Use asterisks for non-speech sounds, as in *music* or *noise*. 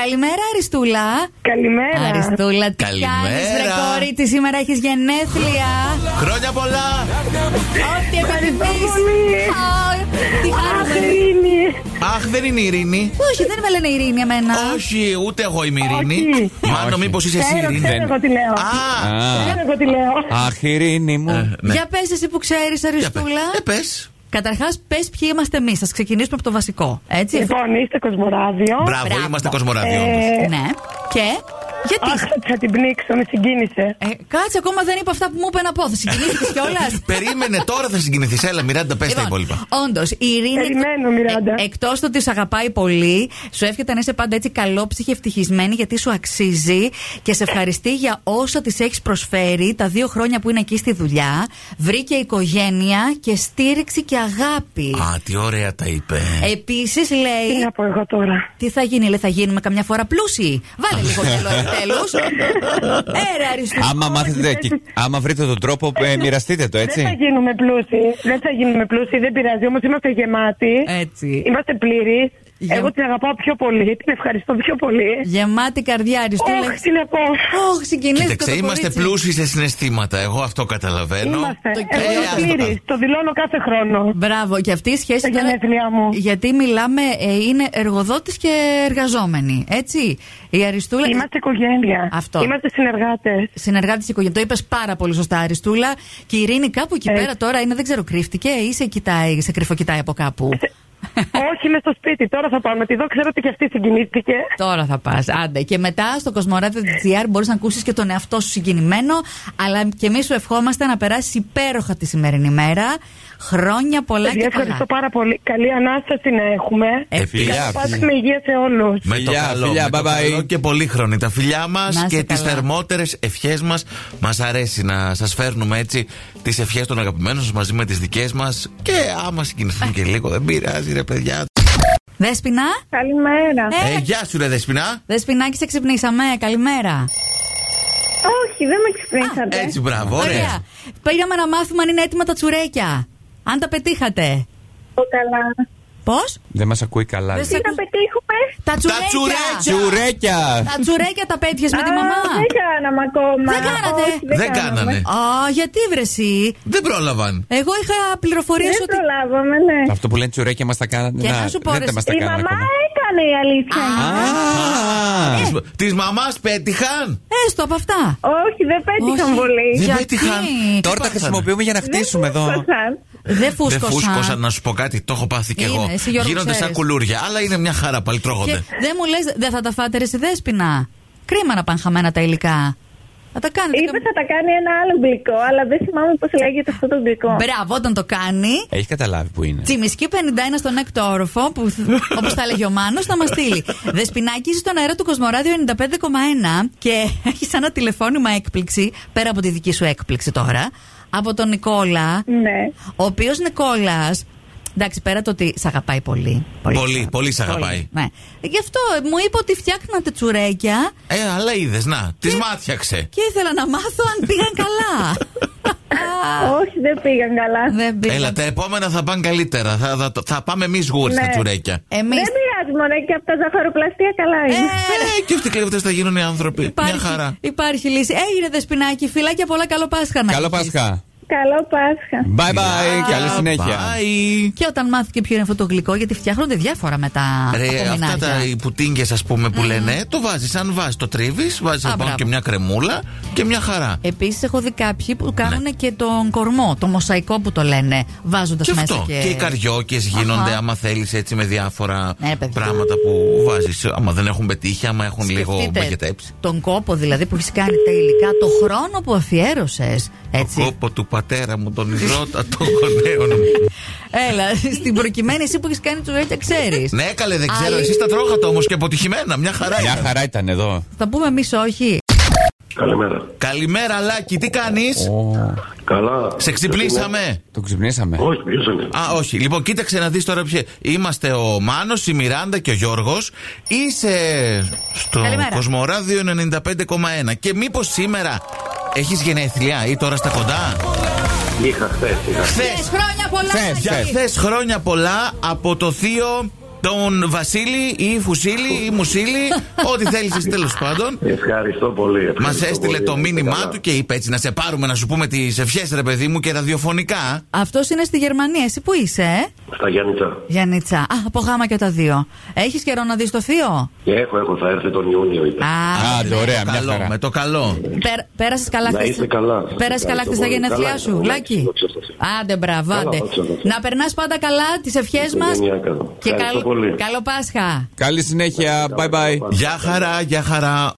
Καλημέρα, Αριστούλα. Καλημέρα. Αριστούλα, τι Καλημέρα. κάνεις βρε κόρη, τι σήμερα έχεις γενέθλια. Χρόνια πολλά! Ό,τι επιθυμείς. πολύ. Α, Τι Αχ, χαρούμενη. Ειρήνη. Αχ, δεν είναι η Ειρήνη. Όχι, δεν με λένε Ειρήνη εμένα. Όχι, ούτε εγώ είμαι η Ειρήνη. Όχι. Μάλλον Όχι. μήπως είσαι εσύ η Ξέρω, Ειρήνη. ξέρω δεν- εγώ τι λέω. Α, Α, Ξέρω εγώ τι λέω. Αχ, Ειρήνη μου. ναι. Για πες εσύ που ξέρεις, Για πες. Αριστούλα. Ε, πες. Καταρχάς, πες ποιοι είμαστε εμείς. Ας ξεκινήσουμε από το βασικό, έτσι. Λοιπόν, είστε Κοσμοράδιο. Μπράβο, Μπράβο. είμαστε Κοσμοράδιο. όντως. Ε, Ναι. Και, Αχ, γιατί. θα την πνίξω, με συγκίνησε. Ε, κάτσε, ακόμα δεν είπα αυτά που μου είπε να πω. Θα *laughs* συγκινήθηκες κιόλας. Περίμενε, τώρα θα συγκινηθείς. Έλα, Μιράντα, πες τα Λοιπόν. υπόλοιπα. Όντως, λοιπόν, η Ειρήνη. Περιμένω, Μιράντα. Εκτός του ότι σε αγαπάει πολύ, σου εύχεται να είσαι πάντα έτσι καλόψυχη, ευτυχισμένη, γιατί σου αξίζει και σε ευχαριστεί για όσα της έχεις προσφέρει τα δύο χρόνια που είναι εκεί στη δουλειά. Βρήκε οικογένεια και στήριξη και Ε. αγάπη. Α, ναι. τι ωραία τα είπε. Επίσης Επίση Τι λέει. να πω εγώ τώρα. Τι θα γίνει, λέει, θα γίνουμε καμιά φορά πλούσιοι. Βάλε λίγο γελό *laughs* επιτέλου. Έρα, αριστούχα. Άμα μάθετε, και- άμα βρείτε τον τρόπο, ε, μοιραστείτε το, Δεν θα έτσι. γίνουμε πλούσιοι. Δεν θα γίνουμε πλούσιοι, δεν πειράζει. Όμως είμαστε γεμάτοι. Έτσι. Είμαστε πλήρει. Γε- Εγώ την αγαπάω πιο πολύ. Την ευχαριστώ πιο πολύ. Γεμάτη καρδιά, αριστούλα. Όχι, τι να πω. Ωχ, συγκινήστε. Κοίταξε, είμαστε πλούσιοι σε συναισθήματα. Εγώ αυτό καταλαβαίνω. Είμαστε. το Εγώ κυρία είμαι στο πλήρης. Το δηλώνω κάθε χρόνο. Μπράβο, και αυτή η σχέση. Τα τώρα- γενέθλιά μου. Γιατί μιλάμε, ε, είναι εργοδότης και εργαζόμενη. Έτσι. Η Αριστούλα. Είμαστε οικογένεια. Αυτό. Είμαστε συνεργάτες. Συνεργάτη οικογένειας. Το είπες πάρα πολύ σωστά, Αριστούλα. Και η Ειρήνη κάπου εκεί Ε. πέρα τώρα είναι, δεν ξέρω, κρύφτηκε ή σε κοιτάει, σε κρυφοκοιτάει από κάπου. Ε, Όχι, είμαι στο σπίτι. Τώρα θα πάω να τη δω. Ξέρω ότι και αυτή συγκινήθηκε. Τώρα θα πας. Άντε. Και μετά στο κοσμοράδιο.gr μπορείς να ακούσεις και τον εαυτό σου συγκινημένο. Αλλά και εμείς σου ευχόμαστε να περάσεις υπέροχα τη σημερινή μέρα. Χρόνια πολλά Παιδιά, και ευχαριστώ πολλά. πάρα πολύ. Καλή ανάσταση να έχουμε. Ε, φιλιά. Πάτε με υγεία σε όλους. Με το Φιλιά, καλό, φιλιά, με το bye-bye. καλό και πολύχρονη. Τα φιλιά μας Να είσαι και τις καλά. θερμότερες ευχές μας. Μας αρέσει να σας φέρνουμε έτσι τις ευχές των αγαπημένων σας μαζί με τις δικές μας. Και άμα συγκινηθούμε και λίγο, δεν πειράζει, ρε παιδιά. Δέσπινα. Καλημέρα. Ε, γεια σου, ρε Δεσπινά. Δεσπινάκη, σε ξυπνήσαμε. Καλημέρα. Όχι, δεν με Ε. ξυπνήσατε. Έτσι, μπράβο, ωραία. Πήγαμε να μάθουμε αν είναι έτοιμα τα τσουρέκια. Αν τα πετύχατε. Ω, καλά. Πώς? Δεν μας ακούει καλά. Δεν Τι να πετύχουμε. Τα τσουρέκια. Τα τσουρέκια. Τσουρέκια! Τα τσουρέκια τα πέτυχες με τη Α, μαμά. Δεν κάναμε ακόμα. Δεν κάνατε. Όχι, Δεν κάναμε. κάνανε. Α, γιατί βρεσί. Δεν πρόλαβαν. Εγώ είχα πληροφορίες Δεν ότι. προλάβαμε, ναι. Αυτό που λένε τσουρέκια μας τα κάνανε. Και να σου πω, δεν ρε, τα μας τα Η κάνανε μαμά ακόμα. έκανε η αλήθεια. είναι. Ε, Ε. Α, Τη μαμάς πέτυχαν. Έστω από αυτά. Όχι, δεν πέτυχαν Όχι. πολύ. Δεν Γιατί? πέτυχαν. Τώρα τα Τίποτα. χρησιμοποιούμε για να Δεν χτίσουμε εδώ. φούσκωσαν. Δεν Δεν φούσκωσα φούσκωσα. να σου πω κάτι, το έχω πάθει κι Είναι, εγώ. εσύ, Γιώργο, Γίνονται σαν ξέρεις. κουλούρια, αλλά είναι μια χαρά πάλι, Και τρώγονται. δεν μου λες, δεν θα τα φάτε ρε στη δέσπινα. Κρίμα να πάνε χαμένα τα υλικά. Θα τα κάνετε. Είπε θα τα κάνει ένα άλλο γλυκό, αλλά δεν θυμάμαι πώς λέγεται αυτό το γλυκό. Μπράβο, όταν το κάνει, Έχει καταλάβει που είναι. Τσιμισκή 51 στον έκτο όροφο, που, όπως τα λέγει ο Μάνος, θα μας στείλει. Δεσποινάκη, είσαι στον αέρα του Κοσμοράδιο 95,1 και έχει ένα τηλεφώνημα έκπληξη, πέρα από τη δική σου έκπληξη τώρα, από τον Νικόλα, Ναι. ο οποίος Νικόλας, εντάξει, πέρα το ότι σε αγαπάει πολύ. Πολύ, σε πολύ σ' αγαπάει. Ναι. Γι' αυτό ε, μου είπε ότι φτιάχνατε τσουρέκια Ε, αλλά είδες, να, τη μάτιαξε. και ήθελα να μάθω αν πήγαν καλά. Όχι, δεν πήγαν καλά. Δεν πήγαν. Έλα, τα επόμενα θα πάνε καλύτερα. Θα, θα, θα πάμε εμείς γούρι στα Ναι. τσουρέκια. Εμείς... Δεν πειράζει, μωρέ, και από τα ζαχαροπλαστεία καλά είναι. Ε, Ε, και αυτοί οι κλέφτε θα γίνουν οι άνθρωποι. Υπάρχει, Μια χαρά. υπάρχει λύση. Έγινε δεσπινάκι, φιλάκια πολλά, καλό Πάσχα να Καλό έχεις. Πάσχα. Καλό Πάσχα. Bye Ε, bye, καλή συνέχεια. Bye. Και όταν μάθηκε ποιο είναι αυτό το γλυκό, γιατί φτιάχνονται διάφορα μετά. Ρε, αυτά τα οι πουτίνγκες ας πούμε που λένε, ε, το βάζεις. Αν βάζεις, το τρίβεις, βάζεις Α, πάνω μπράβο. Ε, και μια κρεμούλα και μια χαρά. Επίσης, έχω δει κάποιοι Ναι. που κάνουν και τον κορμό, το μοσαϊκό που το λένε, βάζοντας Και μέσα αυτό. και. Και, οι καριόκες γίνονται, Αχα. άμα θέλεις έτσι με διάφορα Ναι, ρε, παιδί. πράγματα που βάζεις. Άμα δεν έχουν πετύχει, άμα έχουν λίγο Σκεφτείτε μπακετέψει. Τον κόπο δηλαδή που έχεις κάνει τα υλικά, το χρόνο που αφιέρωσες. Έτσι. Κόπο του πατέρα μου, τον υδρότα των γονέων μου. Έλα, *laughs* στην προκειμένη εσύ που έχεις κάνει τσουρέκια, ξέρεις. ναι, καλέ, δεν ξέρω. Άλλη- Εσείς τα τρώγατε όμως και αποτυχημένα. Μια χαρά. Μια είναι. χαρά ήταν εδώ. Θα πούμε εμείς όχι. Καλημέρα. Καλημέρα, Λάκη, τι κάνεις. Καλά. Σε ξυπνήσαμε. Το ξυπνήσαμε. Όχι, ποιο είναι. Α, όχι. Λοιπόν, κοίταξε να δεις τώρα ποιοι. Είμαστε ο Μάνος, η Μιράντα και ο Γιώργος. Είσαι στο Καλημέρα. Κοσμοράδιο 95,1. Και μήπως σήμερα έχεις γενέθλια ή τώρα στα κοντά. Είχα χθες. Χθε. Θες χρόνια πολλά, Θες, Μάκη. θες. Χθες χρόνια πολλά από το θείο τον Βασίλη ή Φουσίλη ή Μουσίλη, ό,τι θέλεις εσύ τέλος πάντων. Ευχαριστώ πολύ. Μα ευχαριστώ έστειλε πολύ. το Είστε μήνυμά καλά. του και είπε έτσι να σε πάρουμε να σου πούμε τις ευχές, ρε παιδί μου, και ραδιοφωνικά. Αυτός είναι στη Γερμανία. Εσύ που είσαι, ε? Στα Γιάννητσα. Γιάννητσα. Α, από γάμα και τα δύο. Έχεις καιρό να δεις το θείο. Ε, Έχω, έχω, θα έρθει τον Ιούνιο. είπε. Α, Άντε, ωραία, μια καλό, χαρά. με το καλό. πέρασες καλά Να είστε καλά. Πέρασες καλά χθες τα Καλά, γενέθλιά καλά, σου, καλά, Λάκη. δόξα τω Θεώ. Άντε, μπραβάντε. Καλά, δόξα τω Θεώ. Να περνάς πάντα καλά τις ευχές μα. Οικογενειακά. Ευχαριστώ πολύ. καλό Πάσχα. Καλή συνέχεια. Bye bye. Γεια χαρά, γεια χαρά.